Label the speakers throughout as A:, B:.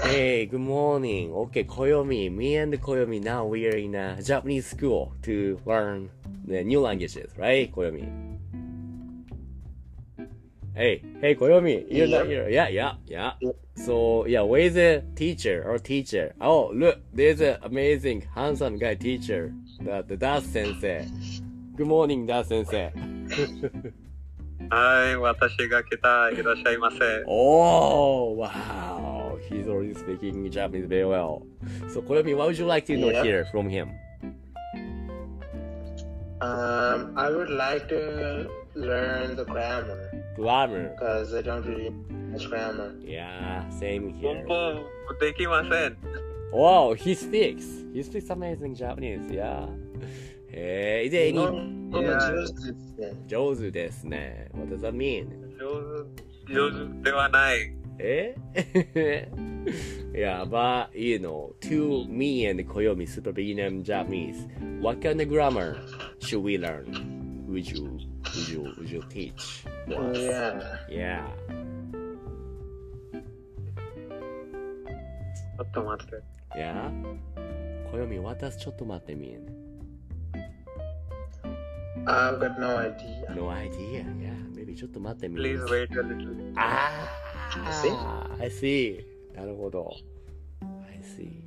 A: Hey, good morning. Okay, Koyomi. Me and Koyomi now we are in a Japanese school to learn the new languages, right, Koyomi? Hey, hey, Koyomi. You're not
B: Yeah.
A: here. Yeah, yeah, yeah.
B: Yeah.
A: So, yeah, where is the teacher or teacher? Oh, look, there's an amazing, handsome guy teacher, the, the Das Sensei. Good morning, Das Sensei.
B: はい、私が来た。いらっしゃいませ。
A: Oh, wow. He's already speaking Japanese very well. So, Koyomi, what would you like to know
B: Yeah.
A: here from him?
C: Um, I would like to learn the grammar
A: Glamour.
C: because I don't really much grammar.
A: Yeah, same
B: 文
A: here.
B: 法できません。
A: Wow, he speaks. He speaks amazing Japanese. Yeah. えー、is there any
C: No,
B: Yeah.
C: I'm just listening.
A: 上手ですね。What does that mean?
B: 上手、上手ではない。
A: え yeah, but you know, to me and Koyomi, super beginner in Japanese, what kind of grammar should we learn? Would you, would you, would you teach? for us?
C: Yeah.
A: Yeah.
B: ちょっと待って。
A: Yeah. 暦、what does ちょっと待って mean?
C: I've got no idea.
A: No idea. Yeah. Maybe ちょっと待って mean.
B: Please wait a little.
A: あ
C: See?
A: あ Ah, I see. なるほど。I see.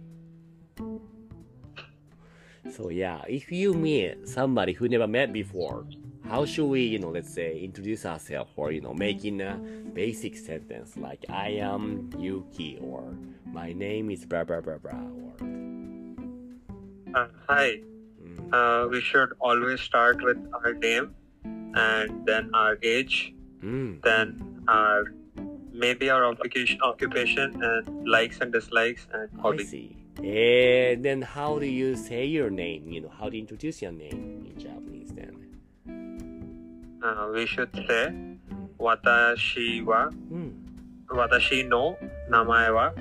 A: So yeah, if you meet somebody who never met before, how should we, you know, let's say introduce ourselves or, you know, making a basic sentence like I am Yuki or my name is blah blah blah blah or
B: あはい。
A: うん
B: Uh, we should always start with our name and then our age,
A: うん。
B: then our maybe our occupation, occupation and likes and dislikes and
A: I
B: hobbies.
A: see. And then how do you say your name? You know, how do you introduce your name in Japanese then?
B: Uh, we should say 私は、
A: Hmm.
B: 私の名前は、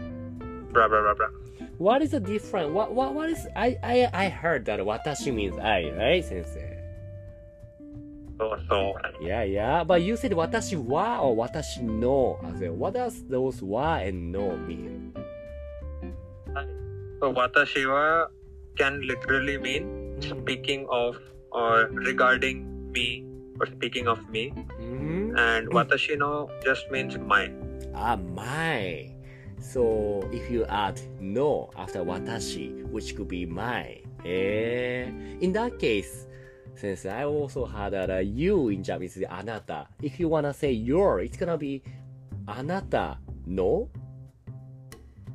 B: blah blah blah blah.
A: What is the different? What what what is I I I heard that watashi means I, right, sensei?
B: So so.
A: Yeah, yeah. But you said watashi wa or watashi no. I said, what does those wa and no mean?
B: So 私は can literally mean speaking of or regarding me or speaking of me
A: hmm
B: and 私の just means mine.
A: Ah, my. So if you add no after watashi, which could be my. Eh. In that case, since I also had that uh, you in Japanese is anata. If you wanna say your, it's gonna be anata no.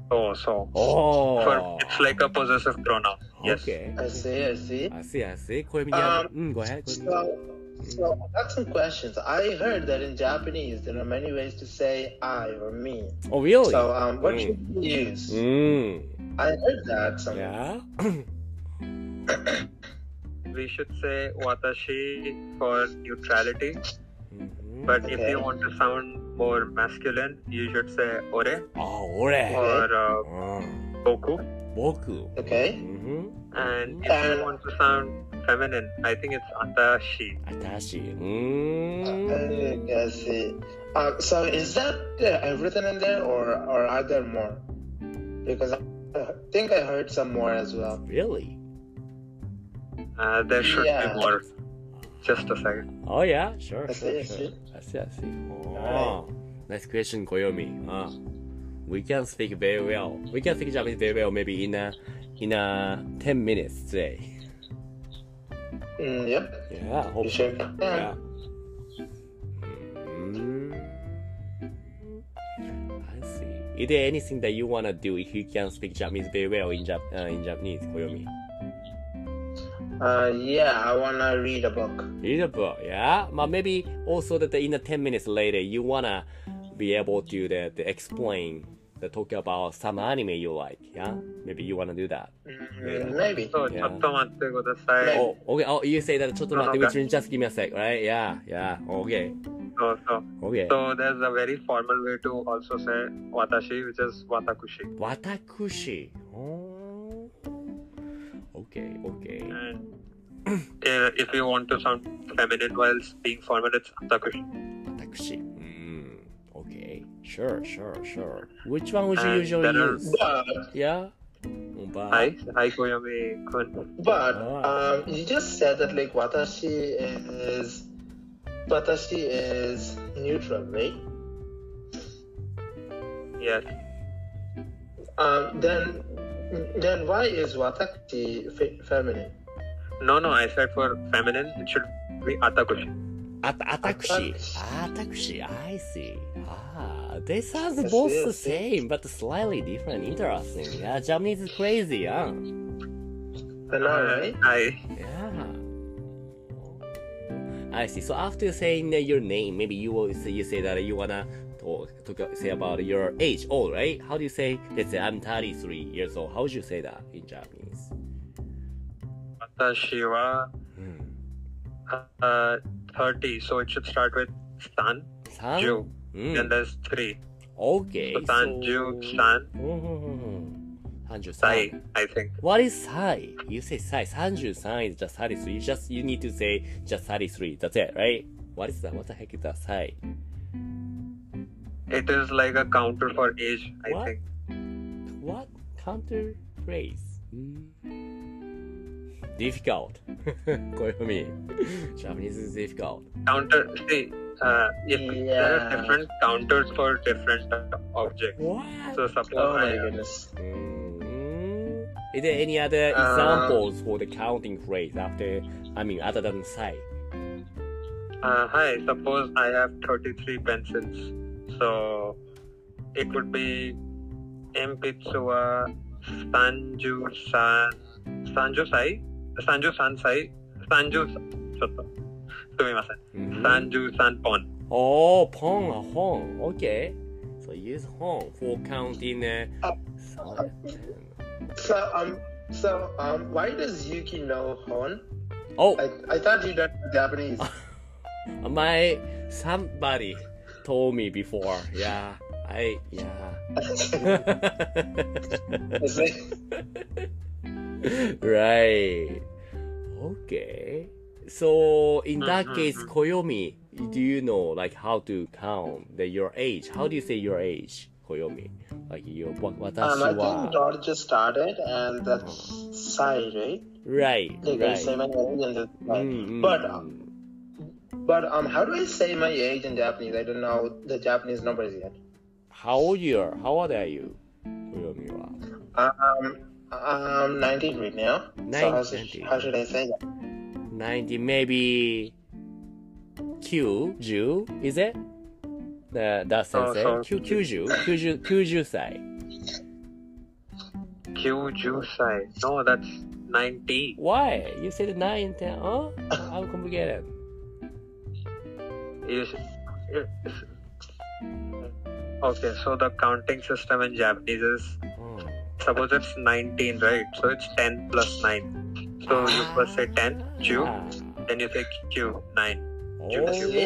B: So so.
A: Oh.
B: For, it's like a possessive pronoun. Yes.
A: Okay.
C: I see. I see.
A: I see. I see. Koyomi, do you have- mm, go ahead. Koyomi.
C: Um, So, so I got some questions. I heard that in Japanese there are many ways to say I or me.
A: oh really?
C: So, um, what
A: Mm.
C: should we use?
A: mm.
C: I heard that somewhere.
A: Yeah.
B: We should say 私 for neutrality.
A: Mhm.
B: But if
C: Okay.
B: you want to sound more masculine, you should say ore
A: oh, ore.
B: or
A: Mm.
B: uh, boku.
A: Boku.
C: Okay.
A: Mhm.
B: And
A: Mhm.
B: if
C: Uh,
B: you want to sound feminine, I think it's atashi.
A: Atashi.
C: Uh,
A: Mm.
C: Okay, I see. Um, so is that uh, everything in there, or or are there more? Because I I think I heard some more as well.
A: Really?
B: Uh, there should
C: Yeah.
B: be more. Just a second.
A: Oh yeah, sure.
C: I
A: sure,
C: see, I
A: sure.
C: see.
A: I see, I see. Oh,
C: Alright.
A: nice question, Koyomi. Uh, we can speak very well. We can speak Japanese very well. Maybe in a in a ten minutes today.
C: Mm, yep.
A: Yeah,
C: You
A: hope.
C: sure can.
A: Yeah. Mm. I see. Is there anything that you wanna do if you can speak Japanese very well in Jap uh, in Japanese, Koyomi?
C: Uh, yeah, I wanna read a book.
A: Read a book, yeah. But maybe also that in the ten minutes later, you wanna be able to the, the explain the talk about some anime you like, yeah. Maybe you wanna do that.
C: Mm, Maybe.
B: So,
A: Yeah.
B: ちょっと待ってください。
C: Yeah.
A: Oh, okay. Oh, you say that. ちょっと待って
B: No, no,
A: which means just give me a sec, right? Yeah, yeah. Okay,
B: So, so,
A: okay.
B: so there's a very formal way to also say watashi, which is watakushi.
A: 私。Oh. Okay, okay.
B: And uh, if you
A: Uh-huh.
B: want to sound feminine while being formal, it's atakushi.
A: 私。うん。OK。 Okay. Sure, sure, sure. Which one would you
B: And
A: usually
B: there are-
A: use?
C: But
A: Yeah? Mumbai.
B: Hi, hi, Koyame Kun.
C: but
A: Ah.
C: um, you just said that like watashi is watashi is neutral, right?
B: Yes,
C: Um, then then why is watashi fe- feminine?
B: no, no, I said for feminine, it should be Atakushi.
A: At- atakushi. Atakushi, I see. Ah, they sound both
C: yes,
A: the
C: yes.
A: same, but slightly different. Interesting. Yeah, Japanese is crazy, huh?
C: Am
B: Uh,
C: I right?
B: I,
A: Yeah. I see. So after saying that your name, maybe you will say, you say that you wanna talk, talk say about your age, old, right? How do you say? Let's say I'm 33 years old. How would you say that in Japanese?
B: Watashi wa Hmm. uh, 30, so it should start with San,
A: San.
B: Ju,
A: Mm.
B: then there's 3.
A: Okay. Hmm,
B: So San, Ju, San,
A: San.
B: Sai, I think.
A: What is Sai? You say Sai. 33 is just 33. You just you need to say just 33. That's it, right? What is that? What the heck is that Sai?
B: It is like a counter for age, I
A: What?
B: think.
A: What counter phrase? Hmm. Difficult. 小読み Japanese is difficult.
B: Counter, see, uh, if there are
C: Yeah.
B: different counters for different objects.
A: What?
B: So suppose
C: Oh my
B: I,
C: goodness.
A: Mm. Is there any other
B: Uh,
A: examples for the counting phrase after? I mean, other than sai.
B: uh, hi, suppose I have 33 pencils. So it would be Mpitsua, Sanju San, Sanju Sai, Sanju San Sai, Sanju Soto. Sumimasen. Sanju San Pon.
A: Hmm. Oh, pong, a hong. Okay. So use hong for counting. Uh,
C: Uh,
A: sai.
C: So um so um why does Yuki know Hon?
A: oh,
C: I, I thought you learned Japanese.
A: my somebody told me before. Yeah, I yeah.
C: It's like,
A: right. Okay. So in that
B: Mhm,
A: case,
B: mhm.
A: Koyomi, do you know like how to count the, your age? How do you say your age, Koyomi? Like your what?
C: um, I think
A: wa.
C: George just started and that's Sai, right?
A: Right.
C: Like I say
A: Right.
C: my age and that's Sai.
A: Mm, mm,
C: But um,
A: mm.
C: but um how do I say my age in Japanese? I don't know the Japanese numbers yet.
A: how old you are? How old are you, Koyomi? Wa?
C: Um I'm 19 right now. so how should,
A: 19.
C: how should I say that?
A: 90 maybe Q, 10 is it? Uh, that sensei.
B: so-
A: Q, 90, 90, 90歳。
B: Kyuju Sai. No, that's 90.
A: Why? You said 9 and 10. Huh? How complicated.
B: Yes. Okay, so the counting system in Japanese is
A: Oh.
B: suppose it's 19 right so it's 10 plus 9 so you first say 10 q
A: Ah.
B: then you say q 9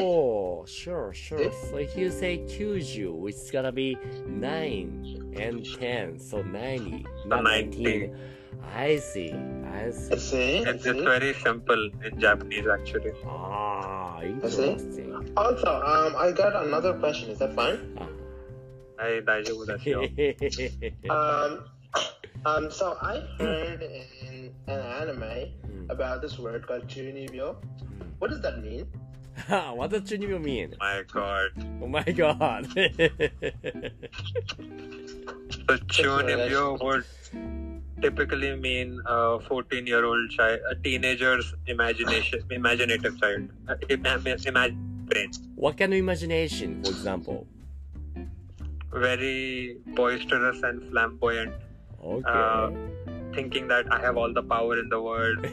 A: Oh, sure, sure. So if you say 90, it's gonna be 9 and 10, so 90, not
B: 90.
A: 19. I see, I see.
C: See?
B: it's
C: See?
B: just very simple in japanese actually
A: Ah,
C: see.
A: interesting.
C: Also, um, I got another question. Is that fine?
A: Ah.
B: i daijoubu desu yo.
C: Um, um, so I heard in an anime about this word called chunibyo. What does that mean?
A: Ah, what does Junibyo mean?
B: my god
A: Oh my god.
B: so chunibyo would typically mean a 14 year old child a teenager's imagination imaginative child uh, ima- imagine brain
A: what kind of imagination, for example?
B: very boisterous and flamboyant
A: Okay.
B: Um, thinking that i have all the power in the world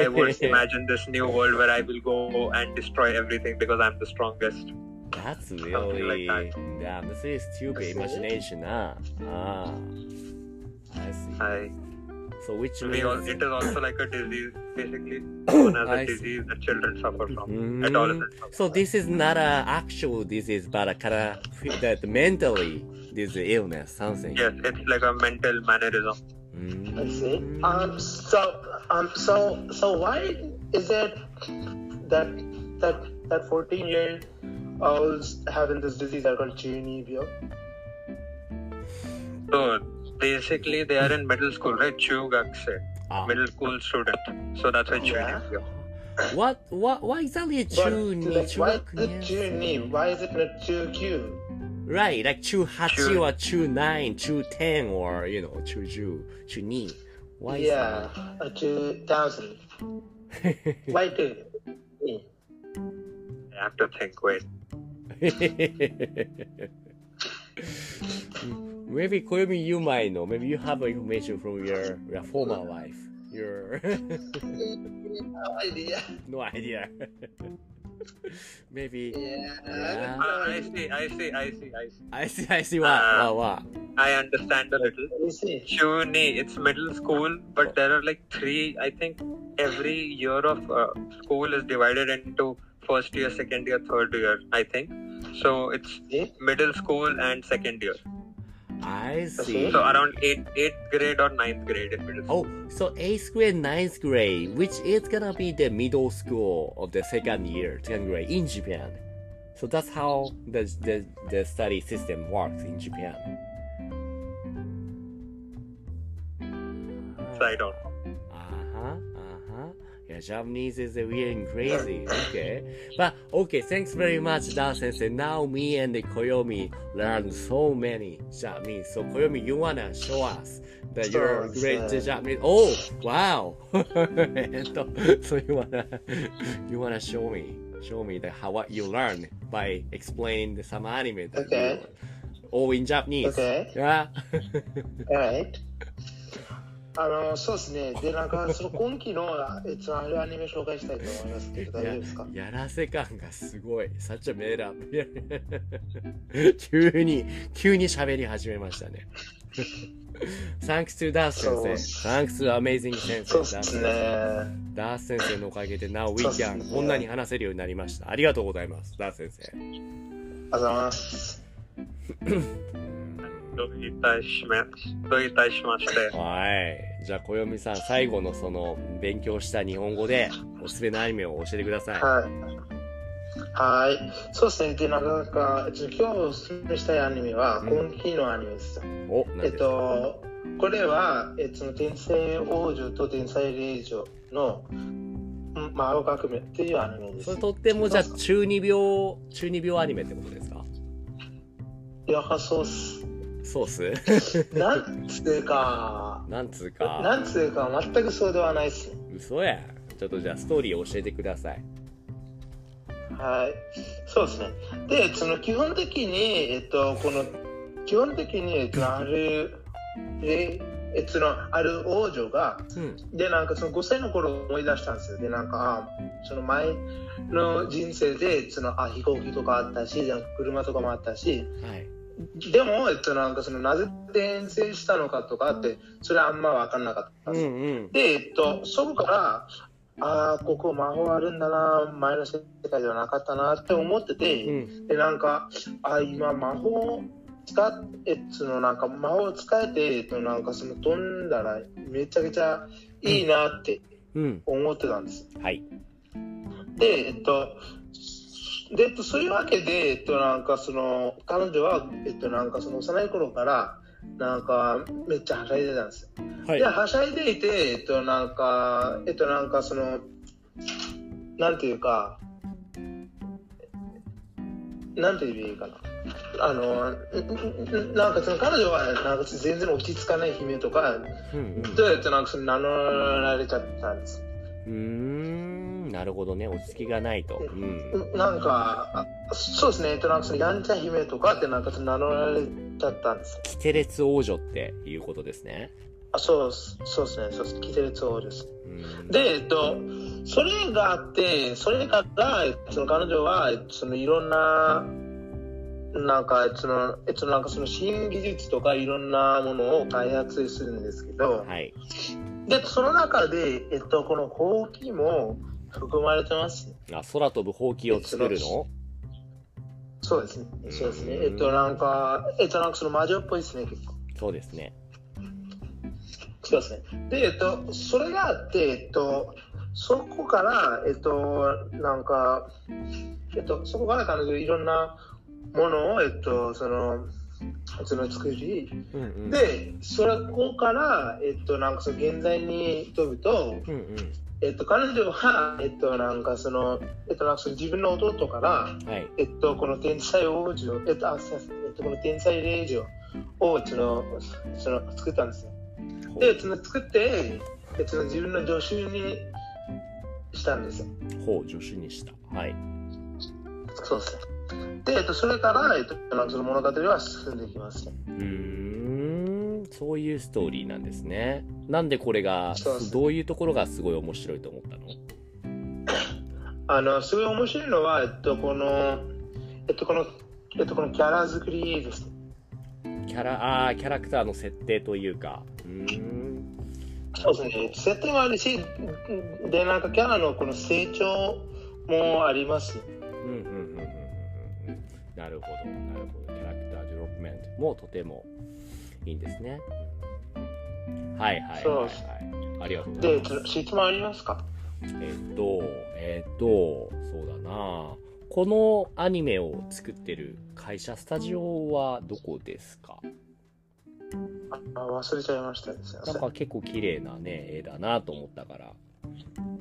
B: I would imagine this new world where I will go and destroy everything because I'm the strongest.
A: That's
B: like
A: really
B: that.
A: damn. This is stupid
C: That's it?
A: imagination, huh? Ah, I see.
B: I,
A: So which
B: we all,
A: means
B: Uh, it is also like a disease, basically known as
A: I
B: a
A: see.
B: disease that children suffer from.
A: Mhm.
B: Adolescents suffer
A: so this is not a actual disease, but a kind of that mentally this illness something.
B: from. Yes, it's like a mental mannerism.
A: Mm.
C: I see. Um, so, um, so, so why is it that that that fourteen year owls having this disease are called Chunibyo.
B: So basically, they are in middle school, right? Chugakse,
A: あ
B: middle school student. So that's why
C: Yeah.
B: Chunibyo.
A: What what what exactly is
C: But
A: chu ni
C: like,
A: chu
C: why is it Chuni? Why is it not Chukyu?
A: Right, like chu hachi
B: Chu-
A: or chu nine, chu ten or you know chu ju chu ni. Why is
C: Yeah, uh, 2000. Why two? Yeah.
B: I have to think. Wait.
A: that? maybe Koyomi you might know. Maybe you have information from your, your former life. Your
C: No idea.
A: no idea. maybe
C: Yeah.
B: Ah, I see. I see. I see. I see.
A: I see I see what
B: Ah.
A: what what.
B: I understand a little.
C: You see,
B: Chuni, it's middle school, but there are like three. I think every year of uh, school is divided into first year, second year, third year. I think so. It's
C: Yeah.
B: middle school and second year.
A: I see.
C: Okay.
B: So around eighth eighth grade or ninth grade in middle school.
A: Oh, so eighth grade, ninth grade, which is gonna be the middle school of the second year, second grade in Japan. So that's how the the, the study system works in Japan.
B: So I don't.
A: Uh-huh, uh-huh. Yeah, Japanese is weird and crazy. Okay. But okay, thanks very much, Dan Sensei. Now me and Koyomi learned so many Japanese. So Koyomi, you wanna show us that you're a
C: Sure,
A: great
C: sure.
A: Japanese. Oh, wow. And so- so you wanna you wanna show me show me the how what you learned by explaining the- some anime that you
C: Okay.
A: learned. all in Japanese.
C: Okay.
A: Yeah.
C: alright. あのそうですね、でなんかその今期の閲覧あるアニメ紹介したいと思いますけど、大丈夫ですか
A: ややらせ感がすごい。サチャメーラー。 急に、急に喋り始めましたね。Thanks to ダース先生。Thanks to amazing 先
C: そう
A: 生
C: で。
A: ダース先。生ダー
C: すね
A: ス先生のおかげで、なお、ウィ
C: そうっ
A: キ
C: す
A: ャ
C: ね
A: ン、こんなに話せるようになりました。ありがとうございます、ダース先生。
C: ありがとうございます。
B: どういたしまどういたし まして。
A: はい。じゃあ、小読さん、最後のその、勉強した日本語で、おすすめのアニメを教えてください。
C: はい。はい。そうですね、でなんかえっと今日おすすめしたいアニメは、
A: うん
C: 今期のアニメです。
A: お、何
C: え
A: で
C: っ
A: すか
C: と、これは、えっと、天才王女と天才令女の、うんまあ、青革命っていうアニメで
A: そ
C: す
A: れ。とっても、じゃあ、中二病、中二病アニメってことですか
C: やはそうっす。
A: そうっす
C: なんつうか、
A: なんつうか、
C: なんつうか、全くそうではないっすね。
A: 嘘やん。ちょっとじゃあストーリーを教えてください。
C: はい、そうですね。で、その基本的に、えっと、この、基本的に、えっと、ある、え、えっと、その、ある王女が、
A: うん。
C: で、なんかその5歳の頃を思い出したんですよ。で、なんか、あその前の人生で、その、あ、飛行機とかあったし、なんか車とかもあったし、
A: はい。
C: でも、えっと、なんかその、なぜ転生したのかとかって、それはあんま分かんなかったん
A: う
C: ですよ
A: んうん。
C: で、えっと、そこから、ああ、ここ魔法あるんだな、前の世界ではなかったなって思ってて、
A: うん。
C: で、なんか、あー今魔法使っえ、そのなんか魔法を使えて、えっと、なんかその飛んだらめちゃくちゃいいなって
A: うん。
C: 思ってたんです。
A: はい。
C: で、えっと、で、えっと、そういうわけで、えっと、なんかその、彼女は、えっと、なんかその幼い頃から、なんかめっちゃはしゃいでたんですよ
A: はい
C: で。はしゃいでいて、えっと、なんか、えっと、なんか、その、なんていうか、なんて言えばいいかな。あの、んんんなんか、その彼女は、なんか、全然落ち着かない姫とか、
A: うん
C: どうやってなんか、その名乗られちゃったんです。
A: うん。うーん。なるほどね。落ち着きがないと。うん。
C: んなんか、あそうですね、えっと、なんか、その、やんちゃ姫とかって、なんか、その名乗られちゃったんです。
A: キテレツ王女っていうことですね。
C: あ、そうっす、そうですね、そうです。キテレツ王です。
A: うん。
C: で、えっと、それがあって、それから、えっとその彼女は、えっとそのいろんな、なんか、えっとその、えっとなんかその新技術とかいろんなものを開発するんですけど、
A: はい。
C: で、その中で、えっと、このほうきも含まれてます。
A: あ、空飛ぶほうきを作るの
C: そうですね。そうですね。
A: うん
C: えっと、なんか、えっと、なんかその魔女っぽいですね、結構。
A: そうですね。
C: そうですね。で、えっと、それがあって、えっと、そこから、えっと、なんか、えっと、そこから彼女いろんなものを、えっと、その、その作り、
A: うんうん。
C: で、そこから、えっと、なんかその現在に飛ぶと、
A: うんうん。
C: えっと、彼女は、えっと、なんかその、えっと、なんかその自分の弟から、
A: はい。
C: えっと、この天才王女、えっと、あ、すいません、えっと、この天才令嬢を、その、その、作ったんですよ。で、その作って、えっと、自分の助手にしたんですよ。
A: ほう、助手にした。はい。
C: そうですね。で、えっと、それから、えっと、なんかその物語は進んでいきますね。
A: うーん、そういうストーリーなんですね。なんでこれが
C: そうです、ね
A: どういうところがすごい面白いと思ったの
C: あの、すごい面白いのは、えっと、この、えっと、この、えっと、このキャラ作りですね。
A: キャラ、あーキャラクターの設定というか。うーん。
C: そうですね。設定もあるし、で、なんかキャラのこの成長もあります。
A: うんうんうんうんうんうん。なるほど、なるほど。キャラクターディロップメントもとてもいいんですね。はいはいはい、
C: そう
A: は
C: です
A: い。ありがとうござい
C: で、えっ
A: ます
C: と。質問ありますか
A: えっと、えっと、そうだな。このアニメを作ってる会社、スタジオはどこですか
C: あ忘れちゃいましたですいませ
A: なんんか結構綺麗なね、絵だなと思ったから。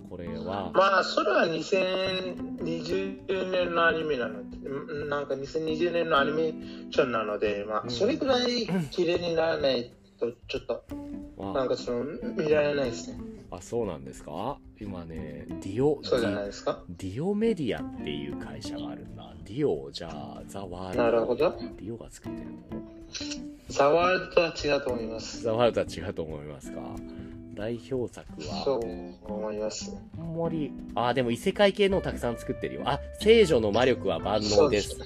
A: これは、
C: まあ、それは2020年のアニメなので、んなんか2020年のアニメーションなので、ま
A: う
C: あ、
A: ん
C: それぐらい綺麗にならないと、ちょっと、な
A: ま
C: んかその、見られないですね。
A: あ、あ、そうなんですか今ね、ディオ、
C: そうじゃないですか。
A: ディオメディアっていう会社があるんだ。ディオ、じゃあ、ザワールド。
C: なるほど。
A: ディオが作ってるの
C: ザワールドとは違うと思います。
A: ザワールドは違うと思いますか代表作は。
C: そう思います。
A: あんまり、あー、でも異世界系のをたくさん作ってるよ。あ、聖女の魔力は万能です
C: そ。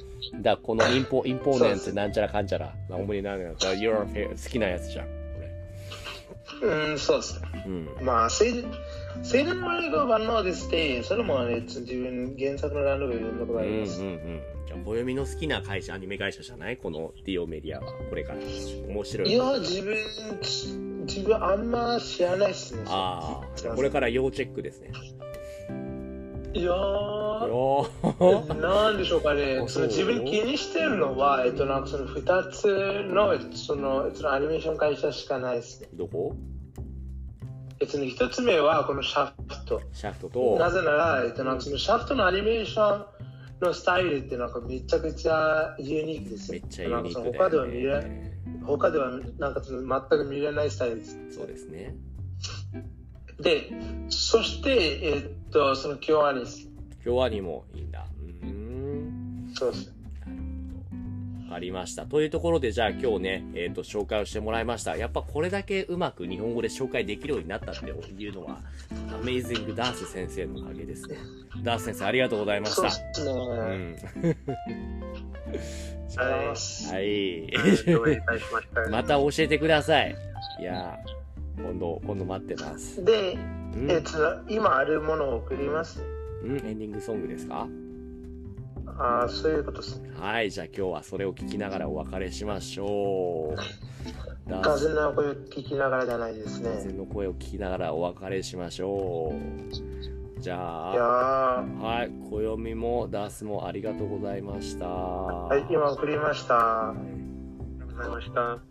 A: だ、このインポ、インポーネン
C: そ
A: ト
C: うです
A: なんちゃらかんちゃら。なおもりなんだよ。だ Your fair- 好きなやつじゃん。こ
C: うん、そうですね。
A: れうん。
C: まあ、セール、セールのマネが万能ですって、それもね、自分、原作のランドが読んだことがあ
A: うんうんうん。
C: ります。
A: じゃあ、暦の好きな会社、アニメ会社じゃないこのディオメディアは。これから。面白
C: い
A: い。
C: や、自分、自分あんま知らないですね。
A: ああ、じゃあこれから要チェックですね。
C: いやー。
A: よー。
C: なんでしょうかね
A: あ、
C: そ
A: そ
C: の
A: う
C: 自分気にしてるのは、えっと、なんかその2つのえっとそのえっとアニメーション会社しかないですね。
A: どこ
C: えっとね、1つ目はこのシャフト。
A: シャフトと、
C: なぜなら、えっと、なんかそのシャフトのアニメーションのスタイルってなんかめちゃくちゃユニークです
A: め
C: よ
A: っちゃユニーク
C: なんかその他で
A: だ
C: は
A: よ
C: 見れ
A: ね。
C: 他ではなんかその全く見れないスタイルです。
A: そうですね。
C: で、そして、えっと、その京アニス。
A: 今日はにもいいんだ。うーん。
C: そうです。
A: わかりました。というところで、じゃあ今日ね、えっ、と、紹介をしてもらいました。やっぱこれだけうまく日本語で紹介できるようになったっていうのは、アメイジングダース先生のおかげですね。ダース先生、ありがとうございまし
C: そう
A: た
C: で。すね。
A: うん。
C: ありがとうございます
A: はい。
B: どういたしました。
A: また教えてください。いやー、今度、今度待ってます。
C: で、
A: うん、
C: えっと、今あるものを送ります。
A: うん、エンディングソングですか
C: ああ、そういうことですね。
A: はい、じゃあ今日はそれを聞きながらお別れしましょう。ダース
C: 風の声を聞きながらじゃないです
A: 風
C: ね。
A: の声を聞きながらお別れしましょう。じ
C: い
A: ゃあ、
C: やー
A: はい、暦もダースもありがとうございました。
C: はい、今送りました。
B: ありがとうございました。